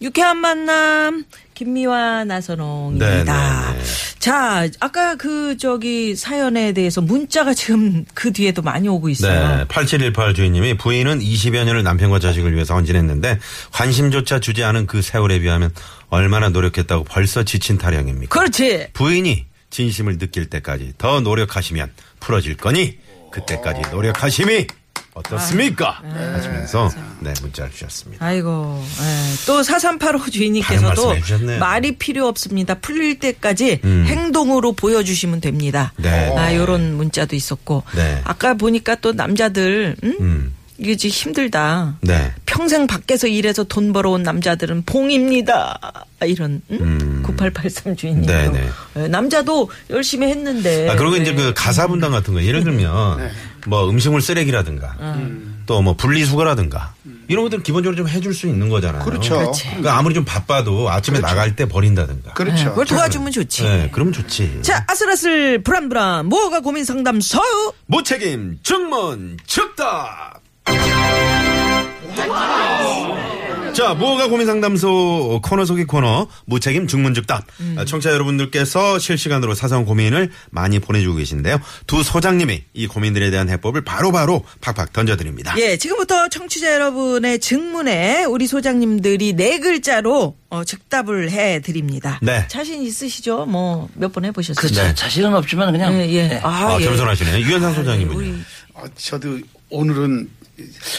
유쾌한 만남 김미화 나선홍입니다. 네, 네, 자, 아까 그 저기 사연에 대해서 문자가 지금 그 뒤에도 많이 오고 있어요. 네. 8718 주인님이 부인은 20여 년을 남편과 자식을 위해서 헌신했는데 관심조차 주지 않은 그 세월에 비하면 얼마나 노력했다고 벌써 지친 타령입니까? 그렇지. 부인이 진심을 느낄 때까지 더 노력하시면 풀어질 거니 그때까지 노력하심이 어떻습니까? 아, 하시면서 네 문자를 주셨습니다. 아이고. 예. 또 4385 다른 주인님께서도 말씀 해주셨네요. 음. 말이 필요 없습니다. 풀릴 때까지 행동으로 보여주시면 됩니다. 네. 아, 요런 문자도 있었고. 네. 아까 보니까 또 남자들, 음? 음. 이게 지금 힘들다. 네. 평생 밖에서 일해서 돈 벌어온 남자들은 봉입니다. 이런 응? 음. 9883 주인님. 네네. 예, 남자도 열심히 했는데. 아, 그리고 이제 네. 그 가사 분담 같은 거 예를 들면 네. 뭐 음식물 쓰레기라든가 음. 또 뭐 분리수거라든가 이런 것들은 기본적으로 좀 해줄 수 있는 거잖아요. 그렇죠. 그렇지. 그러니까 아무리 좀 바빠도 아침에 나갈 때 버린다든가. 그렇죠. 예, 그걸 도와주면 좋지. 네, 그러면 좋지. 자, 아슬아슬 불안불안 뭐가 고민 상담소. 무책임 증문 즉답. 자, 무허가 고민 상담소 코너 속의 코너 무책임 중문즉답. 음. 아, 청취자 여러분들께서 실시간으로 사소한 고민을 많이 보내주고 계신데요. 두 소장님이 이 고민들에 대한 해법을 바로바로 팍팍 던져드립니다. 예, 지금부터 청취자 여러분의 증문에 우리 소장님들이 네 글자로 어, 즉답을 해 드립니다. 네. 자신 있으시죠? 뭐 몇 번 해보셨어요? 그렇죠. 네. 자신은 없지만 그냥 네. 예, 예. 아, 예. 겸손하시네. 유현상 소장님은요. 우리 아, 저도 오늘은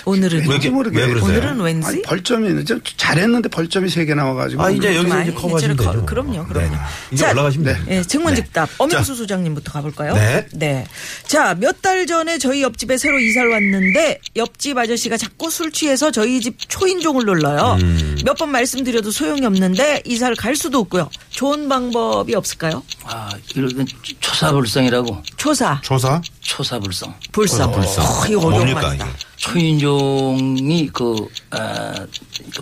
오늘은 왜 이렇게- 왜 그러세요? 오늘은 왠지? 아니, 벌점이 있는데 잘했는데 벌점이 세 개 나와가지고 아, 이제 여기서 이제 많이 커버하시면 이제는 되죠. 커버. 그럼요, 그럼요. 네네. 이제 자, 올라가시면 네. 돼요. 예, 네. 증문즉답 엄영수 자, 소장님부터 가볼까요? 네. 자, 몇 달 전에 저희 옆집에 새로 이사를 왔는데 옆집 아저씨가 자꾸 술 취해서 저희 집 초인종을 눌러요. 음. 몇 번 말씀드려도 소용이 없는데 이사를 갈 수도 없고요. 좋은 방법이 없을까요? 아, 이런 초사불성이라고 초사, 조사? 초사불성. 불사, 불사. 어, 이거 어려운 뭡니까, 말이다. 이게? 초인종이 그 아,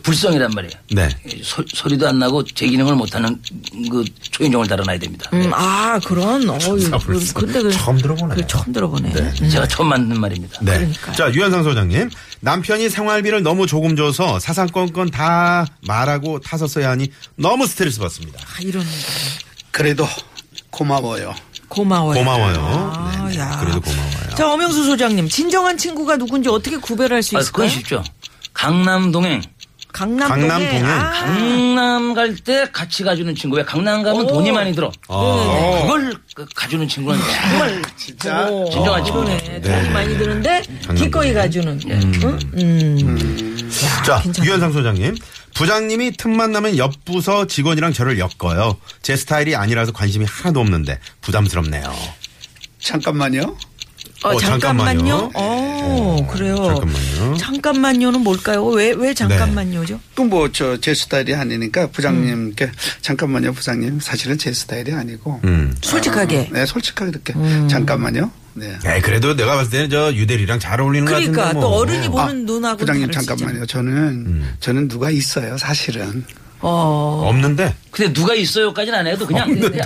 불성이란 말이에요. 네. 소, 소리도 안 나고 제 기능을 못하는 그 초인종을 달아놔야 됩니다. 음, 아, 그런. 어유. 네. 불사. 근데 그 처음 들어보네. 그 처음 들어보네. 제가 처음 만든 말입니다. 아, 네. 그러니까요. 자, 유현상 소장님. 남편이 생활비를 너무 조금 줘서 사상권건 다 말하고 타서 써야 하니 너무 스트레스 받습니다. 아, 이런 거. 그래도 고마워요. 고마워요. 고마워요. 아, 네네. 어, 야. 그래도 고마워요. 자, 엄영수 소장님, 진정한 친구가 누군지 어떻게 구별할 수 아, 있을까요? 그건 쉽죠. 강남 동행. 강남 강남 동행. 아. 강남 갈 때 같이 가주는 친구. 왜 강남 가면 돈이 많이 들어. 어. 네. 그걸 그- 가주는 친구는 음, 정말 진짜 진정한 친구네. 네, 네. 음. 돈이 많이 드는데 기꺼이 가주는. 어? 음. 응? 자, 괜찮아요. 유현상 소장님. 부장님이 틈만 나면 옆 부서 직원이랑 저를 엮어요. 제 스타일이 아니라서 관심이 하나도 없는데 부담스럽네요. 잠깐만요. 어, 어, 잠깐만요. 잠깐만요. 어, 그래요. 잠깐만요. 네. 는 뭘까요? 왜, 왜 잠깐만요죠? 또 뭐 저 제 스타일이 아니니까 부장님께 음. 잠깐만요, 부장님. 사실은 제 스타일이 아니고. 음. 솔직하게. 음. 네, 솔직하게 이렇게 잠깐만요. 네. 에이, 그래도 내가 봤을 때는 저 유대리랑 잘 어울리는 것 같은데. 그러니까 또 뭐. 어른이 보는 눈하고 부장님 다를 수 잠깐만요. 저는 음. 저는 누가 있어요, 사실은. 어, 없는데. 근데 누가 있어요까지는 안 해도 그냥 야,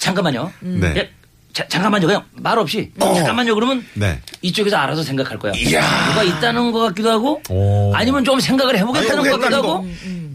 잠깐만요. 네. 예, 자- 잠깐만요. 그냥 말 없이 잠깐만요. 그러면 네. 이쪽에서 알아서 생각할 거야. 누가 있다는 것 같기도 하고 오. 아니면 좀 생각을 해보겠다는 아니, 것 같기도 해보겠다는 하고.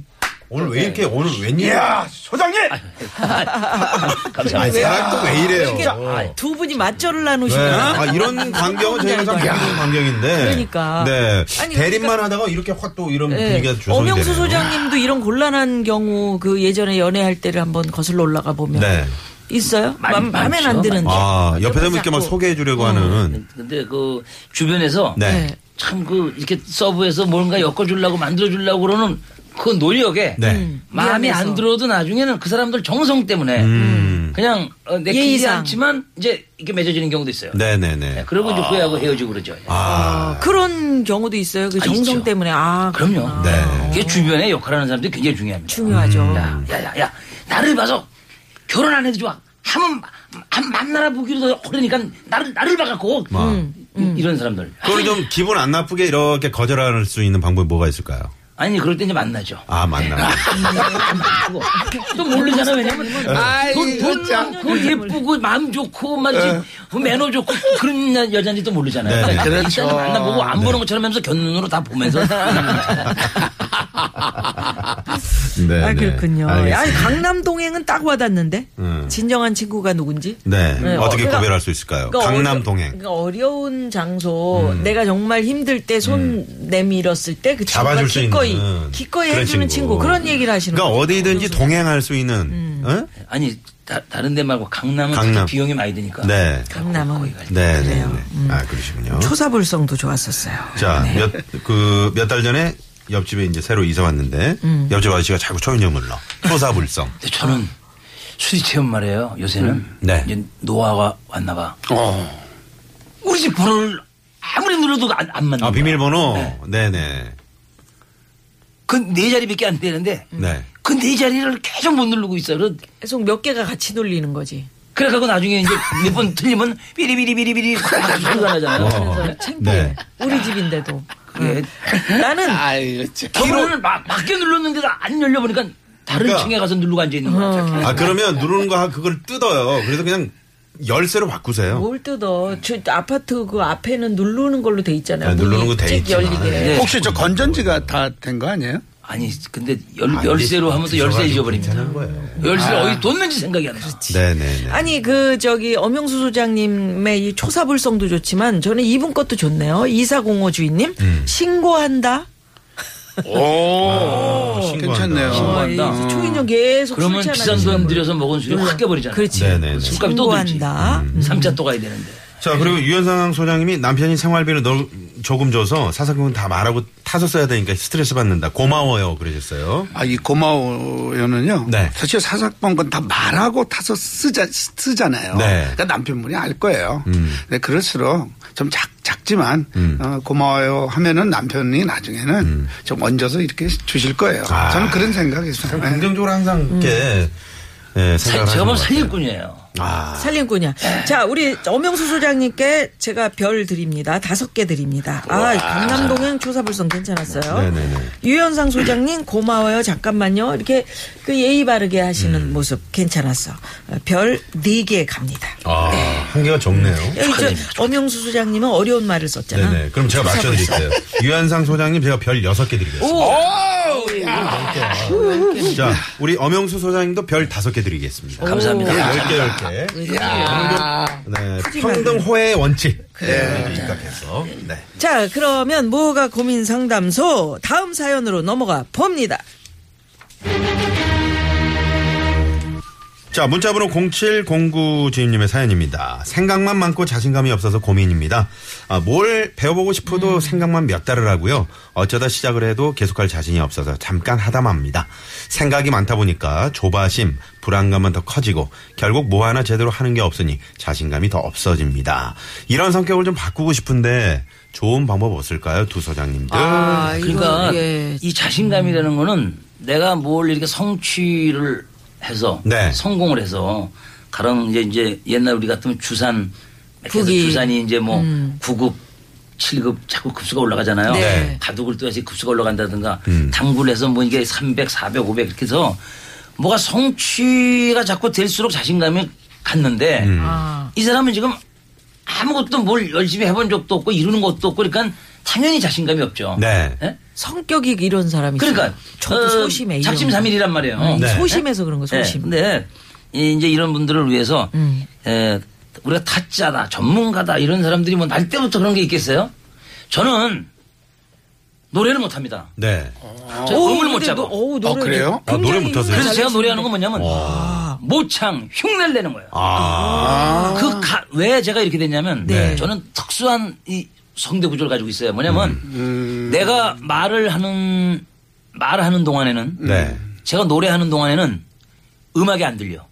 오늘 왜 이렇게 오늘 웬일이야? 소장님! 아니, 감사합니다. 사람 또왜 이래요? 아, 두 분이 맞절을 네. 나누시면. 아, 이런 광경은 저희가 참 야. 힘든 광경인데. 그러니까. 네. 아니, 대립만 그러니까- 하다가 이렇게 확 또 이런 네. 분위기가 조성이 되네요. 엄영수 소장님도 이런 곤란한 경우 그 예전에 연애할 때를 한번 거슬러 올라가 보면 네. 있어요? 많- 맘- 맘엔 많죠. 안 드는데. 아, 옆에 자꾸- 어. 되면 이렇게 막 소개해 주려고 하는. 근데 그 주변에서 네. 네. 참 그 이렇게 서브에서 뭔가 엮어주려고 만들어주려고 그러는 그 노력에 네. 마음이 미안해서. 안 들어도 나중에는 그 사람들 정성 때문에 그냥 어, 내키지 예의상. 않지만 이제 이렇게 맺어지는 경우도 있어요. 네네네. 네, 그러고 이제 후회하고 헤어지고 그러죠. 아. 그런 경우도 있어요. 그 아, 정성 있죠. 때문에. 아, 그럼요. 네. 음, 그게 주변에 역할하는 사람들이 굉장히 중요합니다. 중요하죠. 야, 야, 야, 야, 나를 봐서 결혼 안 해도 좋아. 한번 한 만나라 보기로도 그러니까 나를 나를 봐갖고 뭐. 이- 이런 사람들. 그걸 좀 기분 안 나쁘게 이렇게 거절할 수 있는 방법이 뭐가 있을까요? 아니 그럴 때 이제 만나죠. 아, 맞나. 만나고. 또 음. 모르잖아 왜냐면 돈, 돈, 그 예쁘고 마음 좋고 말이지 그 매너 좋고 그런 여- 여자인지 또 모르잖아요. 네, 네. 그렇죠. 일단 만나보고 안 보는 것처럼 하면서 견눈으로 다 보면서 네. 아, 그렇군요. 알겠습니다. 아니, 강남 동행은 딱 와닿는데? 음. 진정한 친구가 누군지? 네. 네, 어떻게 어, 그러니까- 구별할 수 있을까요? 강남 동행. 음. 그러니까 어려운 장소, 내가 정말 힘들 때 손 내밀었을 때 그 친구가 잡아줄 수 기꺼이, 있는 기꺼이 그런 해주는 친구. 친구. 그런 얘기를 하시는 그러니까 거죠. 어디든지 동행할 수 있는, 음. 어? 아니 다, 다른 데 말고 강남은 강남. 특히 비용이 많이 드니까 네. 강남은 거기 가야지. 네, 네, 네. 아, 그러시군요. 음. 초사불성도 좋았었어요. 자, 몇, 그, 몇 달 전에 옆집에 이제 새로 이사 왔는데, 옆집 아저씨가 자꾸 초인종을 넣어. 초사불성. 근데 저는 수리 체험 말이에요. 요새는 네. 이제 노화가 왔나 봐. 어. 우리 집 번호를 아무리 눌러도 안, 안 맞는 아, 거야. 비밀번호? 네. 네, 네. 그 네 자리밖에 안 되는데 네. 그 네 자리를 계속 못 누르고 있어. 그- 계속 몇 개가 같이 돌리는 거지. 그래갖고 나중에 이제 몇 번 틀리면 삐리비리비리비리 확 소리가 어. 나잖아요. 창피해. 네. 음. 우리 집인데도. 예. 그래. 나는 아유, 참. 번호를 막 맞게 눌렀는데도 안 열려보니까 다른 그러니까- 층에 가서 누르고 앉아있는 어. 거야. 아, 그러면 누르는 거, 그걸 뜯어요. 그래서 그냥 열쇠로 바꾸세요. 뭘 뜯어. 저 아파트 그 앞에는 누르는 걸로 돼 있잖아요. 아, 누르는 거돼 문이 찍 있지만. 열리게. 네. 혹시 저 건전지가 다 된 거 아니에요? 아니 근데 열, 열쇠로 하면서 열쇠 잊어버립니다. 괜찮은 거예요. 열쇠를 아. 어디 뒀는지 생각이 안 나. 네, 네, 네. 아니 그 저기 엄영수 소장님의 이 초사불성도 좋지만 저는 이분 것도 좋네요. 이사공호 주인님 음. 신고한다. 어, 신고한다. 괜찮네요. 어, 이 신고한다. 초인종 계속 그러면 술취하는 비싼 친구를. 돈 들여서 먹은 술이 확 깨버리잖아. 그렇지. 네네네. 술값이 또 들지. 신고한다. 삼자 또 가야 되는데. 자, 그리고 유현상 소장님이 남편이 생활비를 너, 조금 줘서 사사금은 다 말하고 타서 써야 되니까 스트레스 받는다. 고마워요. 그러셨어요. 아, 이 고마워요는요. 네. 사실 사사건 건다 말하고 타서 쓰자, 쓰잖아요. 네. 음. 그러니까 남편분이 알 거예요. 근데 그럴수록 좀 작, 작지만 어, 고마워요 하면은 남편이 나중에는 좀 얹어서 이렇게 주실 거예요. 음. 아. 저는 그런 생각이 있어요. 네. 긍정적으로 항상 이렇게 예, 사- 생각을 제가 보면 하시는 것 같아요. 살림꾼이에요. 아, 살림꾼이야. 네. 자, 우리 엄영수 소장님께 제가 별 드립니다. 다섯 개 드립니다. 아, 강남동행 초사불성 괜찮았어요. 네네네. 유현상 소장님 고마워요. 잠깐만요. 이렇게 그 예의 바르게 하시는 음. 모습 괜찮았어. 별 네 개 갑니다. 아, 한 개가 적네요. 여기 저 엄영수 소장님은 어려운 말을 썼잖아. 네네. 그럼 제가 맞춰드릴게요. 유현상 소장님 제가 별 여섯 개 드리겠습니다. 예. 오! 자, 우리 엄영수 소장님도 별 다섯 개 드리겠습니다. 감사합니다. 열 개, 열 개. 네, 평등 호의 원칙. 네, 입각해서. 네. 자, 그러면 뭐가 고민 상담소 다음 사연으로 넘어가 봅니다. 자, 문자번호 0709 주임님의 사연입니다. 생각만 많고 자신감이 없어서 고민입니다. 아, 뭘 배워보고 싶어도 생각만 몇 달을 하고요. 어쩌다 시작을 해도 계속할 자신이 없어서 잠깐 하다 맙니다. 생각이 많다 보니까 조바심, 불안감만 더 커지고 결국 뭐 하나 제대로 하는 게 없으니 자신감이 더 없어집니다. 이런 성격을 좀 바꾸고 싶은데 좋은 방법 없을까요? 두 소장님들. 그러니까 아, 이거, 예. 이 자신감이라는 거는 내가 뭘 이렇게 성취를 해서 네. 성공을 해서 가령 이제 이제 옛날 우리 같으면 주산 그래서 국이. 주산이 이제 뭐 9급 7급 자꾸 급수가 올라가잖아요. 음. 네. 가독을 또 해서 급수가 올라간다든가 음. 당구에서 뭐 이게 300, 400, 500 이렇게 해서 뭐가 성취가 자꾸 될수록 자신감이 갔는데 음. 아. 이 사람은 지금 아무것도 뭘 열심히 해본 적도 없고 이루는 것도 없고 그러니까 당연히 자신감이 없죠. 네. 예? 성격이 이런 사람이 그러니까 저도 어, 소심해. 이런 작심 거. 어, 삼일이란 말이에요. 네. 소심해서 음. 그런 거 네. 소심. 근데 이- 이제 이런 분들을 위해서 에, 우리가 타짜다, 전문가다 이런 사람들이 뭐 날 때부터 그런 게 있겠어요? 저는 노래를 못합니다. 네. 어, 제가 음을 못 근데 잡아. 너- 어우, 노래를 그래요? 아, 노래 굉장히 못하세요? 그래서 제가 잘하시는데. 노래하는 건 뭐냐면 모창 흉내를 내는 거예요. 아, 그 왜 제가 이렇게 됐냐면 네. 저는 특수한 이 성대 구조를 가지고 있어요. 뭐냐면 내가 말을 하는 말하는 동안에는 네. 제가 노래하는 동안에는 음악이 안 들려.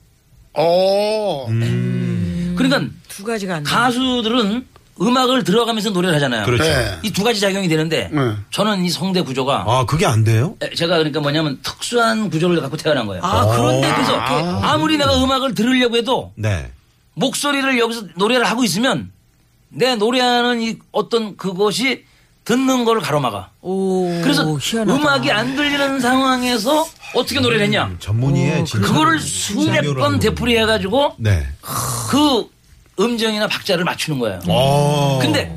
오. 음. 그러니까 음. 두 가지가 안 돼. 가수들은 음악을 들어가면서 노래를 하잖아요. 그렇죠. 네. 이 두 가지 작용이 되는데 네. 저는 이 성대 구조가 아, 그게 안 돼요? 에, 제가 그러니까 뭐냐면 특수한 구조를 갖고 태어난 거예요. 아, 그런데 그래서 그래서 아무리 내가 음악을 들으려고 해도 네. 목소리를 여기서 노래를 하고 있으면 내 노래하는 이 어떤 그것이 듣는 걸 가로막아. 오, 그래서 희한하다. 음악이 안 들리는 상황에서 어떻게 노래를 했냐? 음, 음, 전문의의 진짜 그거를 수백 신비로운- 번 되풀이해가지고 네. 그 음정이나 박자를 맞추는 거예요. 어. 근데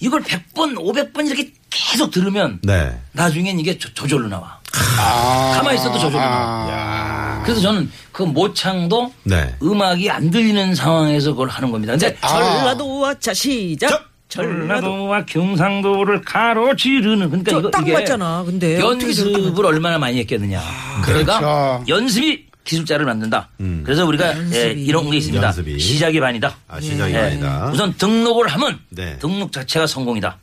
이걸 100번, 500번 이렇게 계속 들으면 네. 아. 나중엔 이게 저- 저절로 나와. 가만히 있어도 저절로 나와. 아. 그래서 저는 그 모창도 네. 아. 음악이 안 들리는 상황에서 그걸 하는 겁니다. 근데 전라도와 아. 자 시작. 자. 전라도. 경상도를 가로지르는 그러니까 저 이거 딱 이게 맞잖아. 근데 어떻게 저렇게 딱 연습을 얼마나 많이 했겠느냐. 그러니까 그렇죠. 연습이 기술자를 만든다. 그래서 우리가 예, 이런 게 있습니다. 음. 연습이. 시작이 반이다. 아, 시작이 예. 아니다. 우선 등록을 하면 네. 음. 등록 자체가 성공이다.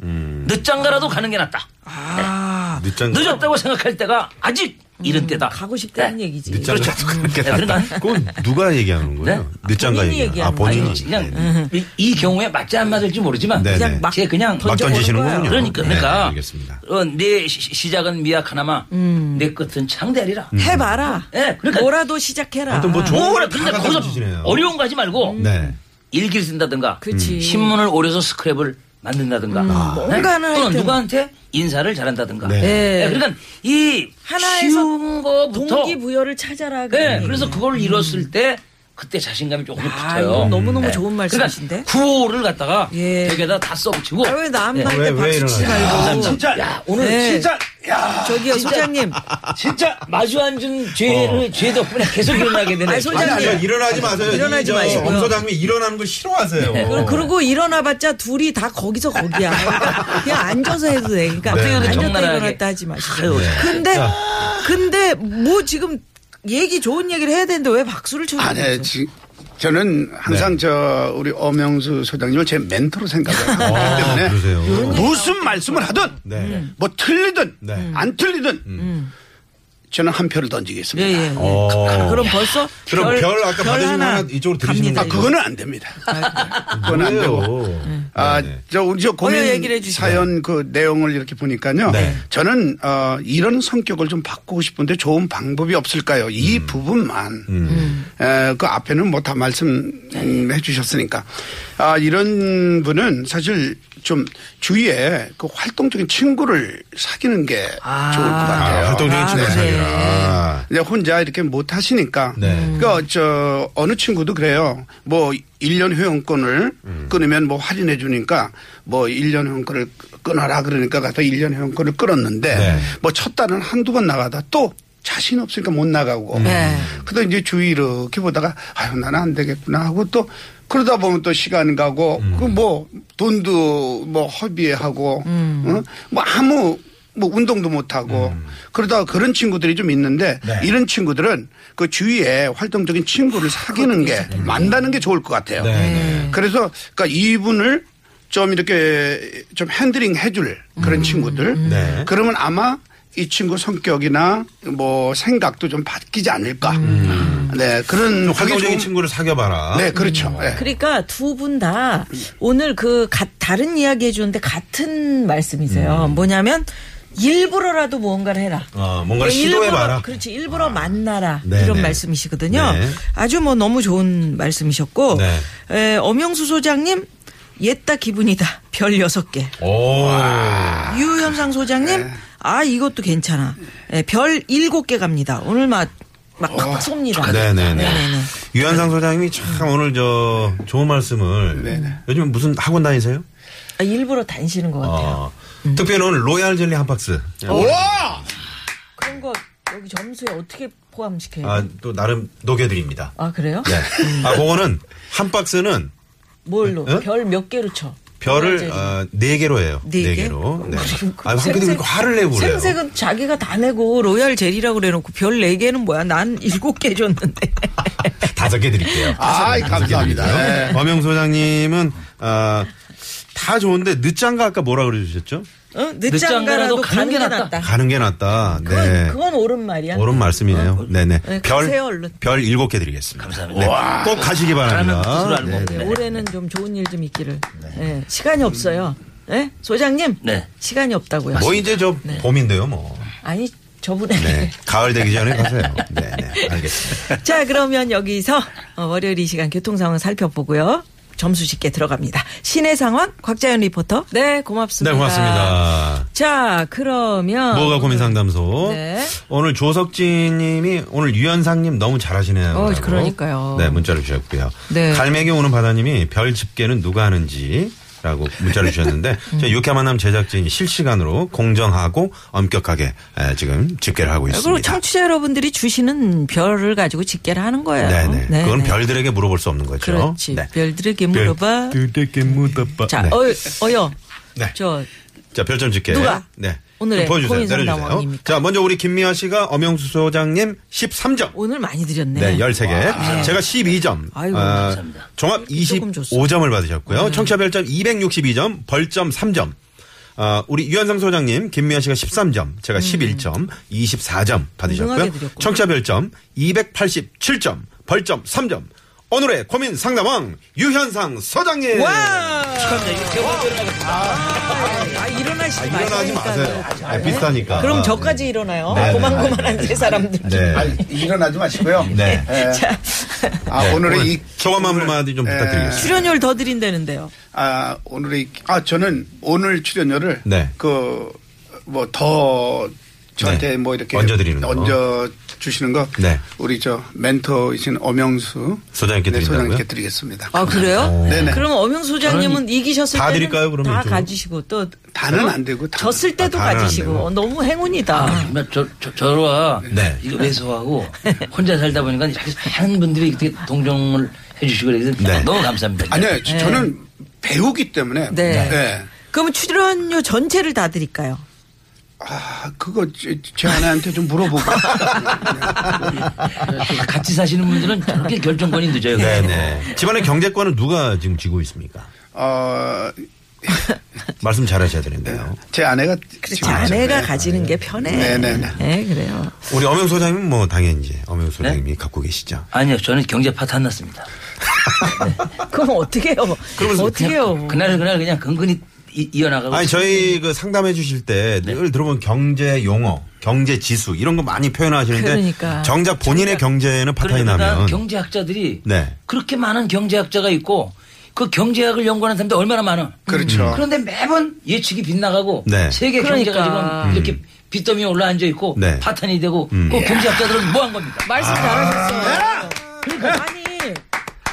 늦장 가라도 가는 게 낫다. 아, 늦장 늦었다고 생각할 때가 아직 이른 때다. 음, 가고 싶다는 네. 얘기지. 늦장 그렇죠. 그렇게 네, 났다. 그러니까- 그건 누가 얘기하는 거예요? 네? 늦장가 본인이 얘기. 아 얘기하는 본인이. 아니, 그냥 이, 이 경우에 맞지 안 맞을지 모르지만 네, 네. 그냥 막 제 그냥 막 던져보는 던지시는 거예요. 거군요. 그러니까 네, 네, 그러니까 알겠습니다. 어, 내 시, 시작은 미약하나마 음. 내 끝은 창대하리라. 해봐라. 예, 그러니까- 네, 뭐라도 시작해라. 하여튼 뭐 음. 좋은 뭐라 다 근데 갖다 거기서 붙이시네요. 어려운 거 하지 말고 네. 일기를 쓴다든가 그치. 음. 음. 신문을 오려서 스크랩을 만든다든가 네. 뭔가는 또는 하여튼. 누구한테 인사를 잘한다든가 아. 네. 네, 그러니까 이 하나에서 쉬운 거부터 동기부여를 찾아라. 네, 음. 그러는 그래서 그걸 이뤘을 때 그때 자신감이 조금 아, 붙어요. 이거 너무너무 네. 좋은 말씀이신데? 그러니까 구호를 갖다가 예. 벽에다 다 써붙이고. 아, 왜 네. 남한테 왜, 왜 박수 치지 이러나요? 말고. 야, 오늘 네. 진짜 야, 저기요, 소장님. 진짜 마주 앉은 죄를 어. 죄 덕분에 계속 일어나게 되네. 아니, 소장님. 아니, 아니, 일어나지 마세요. 일어나지 이 저 마시고요. 엄 소장님이 일어나는 거 싫어하세요. 그리고 그러고 일어나봤자 둘이 다 거기서 거기야. 그러니까 그냥 앉아서 해도 돼. 그러니까 네. 앉았다 정나라하게. 일어났다 하지 마시고. 아유, 근데 근데 뭐 지금 얘기 좋은 얘기를 해야 되는데 왜 박수를 쳐는 아, 네. 지, 저는 항상 네. 저 우리 엄영수 소장님을 제 멘토로 생각해요. 아, 그렇기 때문에 그러세요. 무슨 말씀을 하든 네. 뭐 틀리든 네. 음. 안 틀리든 저는 한 표를 예, 던지겠습니다. 예. 어. 그럼 벌써 그럼 별, 아까 받으신 거 하나 이쪽으로 드리시는 아, 네. 거예요? 그거는 안 됩니다. 그건 안 되고. 아, 네. 저, 우리 저 고민 아, 어여 얘기를 해주시죠. 사연 그 내용을 이렇게 보니까요. 네. 저는, 어, 이런 성격을 좀 바꾸고 싶은데 좋은 방법이 없을까요? 이 음. 부분만. 음. 에, 그 앞에는 뭐 다 말씀해 주셨으니까. 아, 이런 분은 사실 좀 주위에 그 활동적인 친구를 사귀는 게 좋을 것 같아요. 아, 활동적인 아, 친구가 그래. 아니라. 이제 혼자 이렇게 못 하시니까. 네. 그러니까 저 어느 친구도 그래요. 뭐 1년 회원권을 음. 끊으면 뭐 할인해 주니까 뭐 1년 회원권을 끊어라 그러니까 가서 1년 회원권을 끊었는데 네. 뭐 첫 달은 한두 번 나가다 또 자신 없으니까 못 음. 나가고. 네. 그러다 이제 주위 이렇게 보다가 아유 나는 안 되겠구나 하고 또 그러다 보면 또 시간 가고 음. 그 뭐 돈도 뭐 허비하고 응? 뭐 아무 뭐 운동도 못 하고 그러다가 그런 친구들이 좀 있는데 음. 네. 이런 친구들은 그 주위에 활동적인 친구를 사귀는 게 만나는 게 좋을 것 같아요. 그렇죠. 네, 네. 그래서 그러니까 이분을 좀 이렇게 좀 핸드링 해줄 음. 그런 친구들. 네. 그러면 아마 이 친구 성격이나 뭐 생각도 좀 바뀌지 않을까. 네 그런 음. 좀 활동적인 그게 좀- 친구를 사귀어봐라. 네 그렇죠. 네. 그러니까 두 분 다 오늘 그 가- 다른 이야기 해주는데 같은 말씀이세요. 뭐냐면 일부러라도 무언가를 해라. 네, 어, 음. 뭔가를 일부러, 시도해봐라. 그렇지 일부러 만나라 네, 이런 네. 말씀이시거든요. 네. 아주 뭐 너무 좋은 말씀이셨고 네. 에, 엄영수 소장님 옛다 기분이다 별 여섯 개. 오. 유현상 소장님 아 이것도 괜찮아. 예, 별 일곱 개 갑니다. 오늘 막막 쏩니다. 네네네. 네네네. 유한상 소장님이 참 오늘 저 좋은 말씀을. 요즘 무슨 학원 다니세요? 아, 일부러 다니시는 것 같아요. 어. 특별히 오늘 로얄 젤리 한 박스. 네. 그런 거 여기 점수에 어떻게 포함시켜요? 아, 아, 또 나름 녹여드립니다. 그래요? 네. 아, 그거는 한 박스는 뭘로? 응? 별 몇 개로 쳐? 별을 별을 어, 네 개로 해요. 네 개? 로 네. 그리고 아, 황 생색- PD님 화를 내고 그래요. 생색은 자기가 다 내고 로얄 젤이라고 그래놓고 별 네 개는 뭐야? 난 일곱 개 줬는데. 다섯 개 드릴게요. 아이 감사합니다. 네. 엄영 소장님은 아, 다 좋은데 늦장가 아까 뭐라 그래 주셨죠? 어? 늦지 늦지 않가라도 않가라도 가는 게 가는 게 낫다. 가는 게 낫다. 네. 그건 옳은 말이야. 옳은 말씀이에요. 네네. 네, 가세요, 별, 얼른. 별 일곱 개 드리겠습니다. 감사합니다. 네, 꼭 가시기 그러면 뜻으로 바랍니다. 알고 네, 네, 네. 올해는 좀 좋은 일 좀 있기를. 예, 시간이 없어요. 예? 소장님? 네. 시간이 없다고요. 뭐 이제 저 네. 봄인데요, 뭐. 아니, 저분에. 네. 가을 되기 전에 가세요. 네, 네. 알겠습니다. 자, 그러면 여기서 어, 월요일 이 시간 교통 상황 살펴보고요. 점수 짓게 들어갑니다. 시내 상황 곽자연 리포터. 네, 고맙습니다. 네, 고맙습니다. 자, 그러면 뭐가 고민 어? 상담소. 네. 오늘 조석진 님이 오늘 유현상 님 너무 잘하시네요. 어, 라고. 그러니까요. 네, 문자를 주셨고요. 네. 갈매기 오는 바다 님이 별 집게는 누가 하는지 라고 문자를 주셨는데 음. 저희 유쾌 만남 제작진이 실시간으로 공정하고 엄격하게 에, 지금 집계를 하고 네, 그리고 있습니다. 청취자 여러분들이 주시는 별을 가지고 집계를 하는 거예요. 네네. 네, 그건 네. 별들에게 물어볼 수 없는 거죠. 그렇지. 네. 별들에게 물어봐. 별들에게 물어봐. 자, 네. 어여, 어여. 네. 저 자, 별점 줄게. 누가? 네. 오늘의 좀 보여주세요. 고민 내려주세요. 상담원입니까? 자, 먼저 우리 김미아 씨가 엄영수 소장님 13점. 오늘 많이 드렸네. 네, 13개. 제가 12점. 아이고, 네, 감사합니다. 종합 조금 네. 줬어요. 25점을 받으셨고요. 청취자 별점 262점, 벌점 3점. 아, 우리 유현상 소장님, 김미아 씨가 13점, 제가 11점, 24점 받으셨고요. 공정하게 음. 드렸구나. 청취자 별점 287점, 벌점 3점. 오늘의 고민 상담왕 유현상 소장님. 와! 아, 일어나시지 아, 일어나지 마세요. 아, 비슷하니까. 그럼 저까지 일어나요. 네, 네. 고만고만한 세 사람들. 네. 아, 일어나지 마시고요. 네. 예. 아, 네, 오늘의 오늘 이 소감 오늘, 한마디 좀 예. 부탁드리겠습니다. 출연료를 더 드린다는데요. 아, 오늘의 아 저는 오늘 출연료를 네. 그 뭐 더 저한테 네. 뭐 이렇게 얹어드리는 거. 얹어 주시는 거 네. 우리 저 멘토이신 엄영수 소장님께 네, 드린다고요? 소장님께 드리겠습니다. 아 그래요? 네네. 그럼 엄영 소장님은 이기셨을 어. 다 때는 드릴까요, 그러면 다 또? 가지시고 또 다는 안 되고 다는. 졌을 때도 아, 다는 안 가지시고 되고. 아. 어, 너무 행운이다. 정말 아, 뭐 저, 저, 저와 음. 네. 이거 외소하고 혼자 살다 보니까 이렇게 많은 분들이 되게 동정을 해주시고 그래서 네. 너무 감사합니다. 아니요, 저- 저는 배우기 때문에. 네. 예. 그러면 출연료 전체를 다 드릴까요? 아, 그거 제, 제 아내한테 좀 물어보고. 아, 같이 사시는 분들은 저렇게 결정권이 늦어요. 네네. 집안의 경제권은 누가 지금 쥐고 있습니까? 어, 말씀 잘하셔야 되는데요. 제 아내가. 그렇지 지금 그렇죠. 아내가 네. 가지는 게 편해. 네네네. 네, 그래요. 우리 엄영 소장님은 뭐 당연히 이제 네? 엄영 소장님이 갖고 계시죠. 아니요, 저는 경제 파트 안 났습니다. 그럼 어떻게 해요? 뭐 어떻게 해요? 그날 그날 그냥 근근히 이- 이어나가고. 아니 저희 그 상담해 주실 때 네. 늘 들어본 경제 용어, 경제 지수 이런 거 많이 표현하시는데 그러니까. 정작 본인의 경제에는 파탄이 그러니까 나면 경제학자들이 네. 그렇게 많은 경제학자가 있고 그 경제학을 연구하는 사람들 얼마나 많아. 그렇죠. 그런데 매번 예측이 빗나가고 네. 음. 세계 경제가 그러니까. 지금 이렇게 빚더미에 올라앉아 있고 네. 파탄이 되고 그 경제학자들은 뭐 한 겁니까? 아. 말씀 네? 잘하셨어요. 그러니까 아니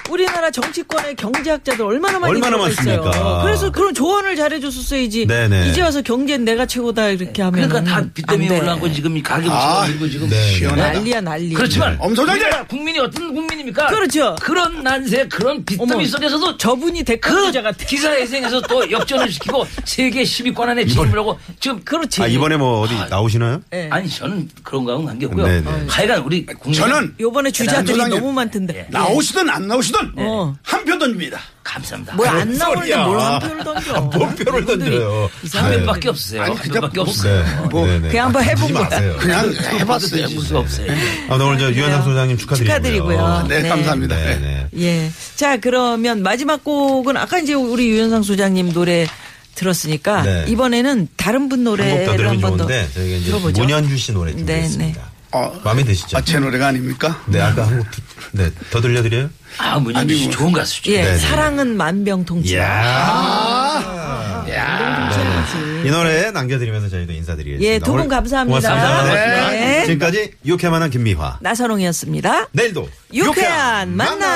우리나라 정치권의 경제학자들 얼마나 많이 얼마나 들어가 있어요. 많습니까? 그래서 그런 조언을 잘해줬었어야지. 네네. 이제 와서 경제는 내가 최고다 이렇게 하면 그러니까 다 빚더미에 올라온 거 지금 이 가격이 아, 지금 지금 네. 시원하다. 난리야 난리. 그렇지만 엄 소장님! 우리나라 국민이 어떤 국민입니까? 그렇죠. 그런 난세 그런 어머. 빚더미 속에서도 저분이 그 댓글자 같아. 기사의 생에서 또 역전을 시키고 세계 10위권 안에 진입을 하고 지금 그렇지. 아 이번에 뭐 어디 나오시나요? 네. 아니 저는 그런 거하고는 관계없고요. 네, 네. 하여간 우리 국민 저는 네, 요번에 주자들이 소장님. 너무 예. 많던데. 예. 나오시든 안 나오시든 어. 한표 던집니다. 감사합니다. 뭐 안 나오는데 소리야. 아, 뭘한 표를 던져. 뭔 표를 던져요? 한 네. 명밖에 없으세요. 아니, 한 그냥 명밖에 뭐- 없어요. 뭐 네네. 그냥 한번 아, 던지지 해본 거다. 마세요. 그냥 봐도 네. 해봤어요. 돼요. 무수 없어요. 아무튼 오늘 저 유현상 소장님 축하드리고요. 축하드리고요. 네, 네. 감사합니다. 네, 네. 네. 예. 자, 그러면 마지막 곡은 아까 이제 우리 유현상 소장님 노래 들었으니까 네. 이번에는 다른 분 한곡더 노래를 들으면 네, 한 번 더 좋은데 저희가 이제 들어보죠. 문현주 씨 노래 네, 준비했습니다. 어. 마음에 드시죠? 아, 제 노래가 아닙니까? 네, 아까 한곡 네, 더 들려드려요? 아, 문현주 씨 아니, 뭐 좋은 가수죠. 예, 네. 사랑은 만병통치. 아. 이 노래 남겨드리면서 저희도 인사드리겠습니다. 네. 예, 두분 오늘 감사합니다. 고맙습니다. 네. 지금까지 유쾌만한 김미화. 나선홍이었습니다. 내일도 네. 유쾌한 만남.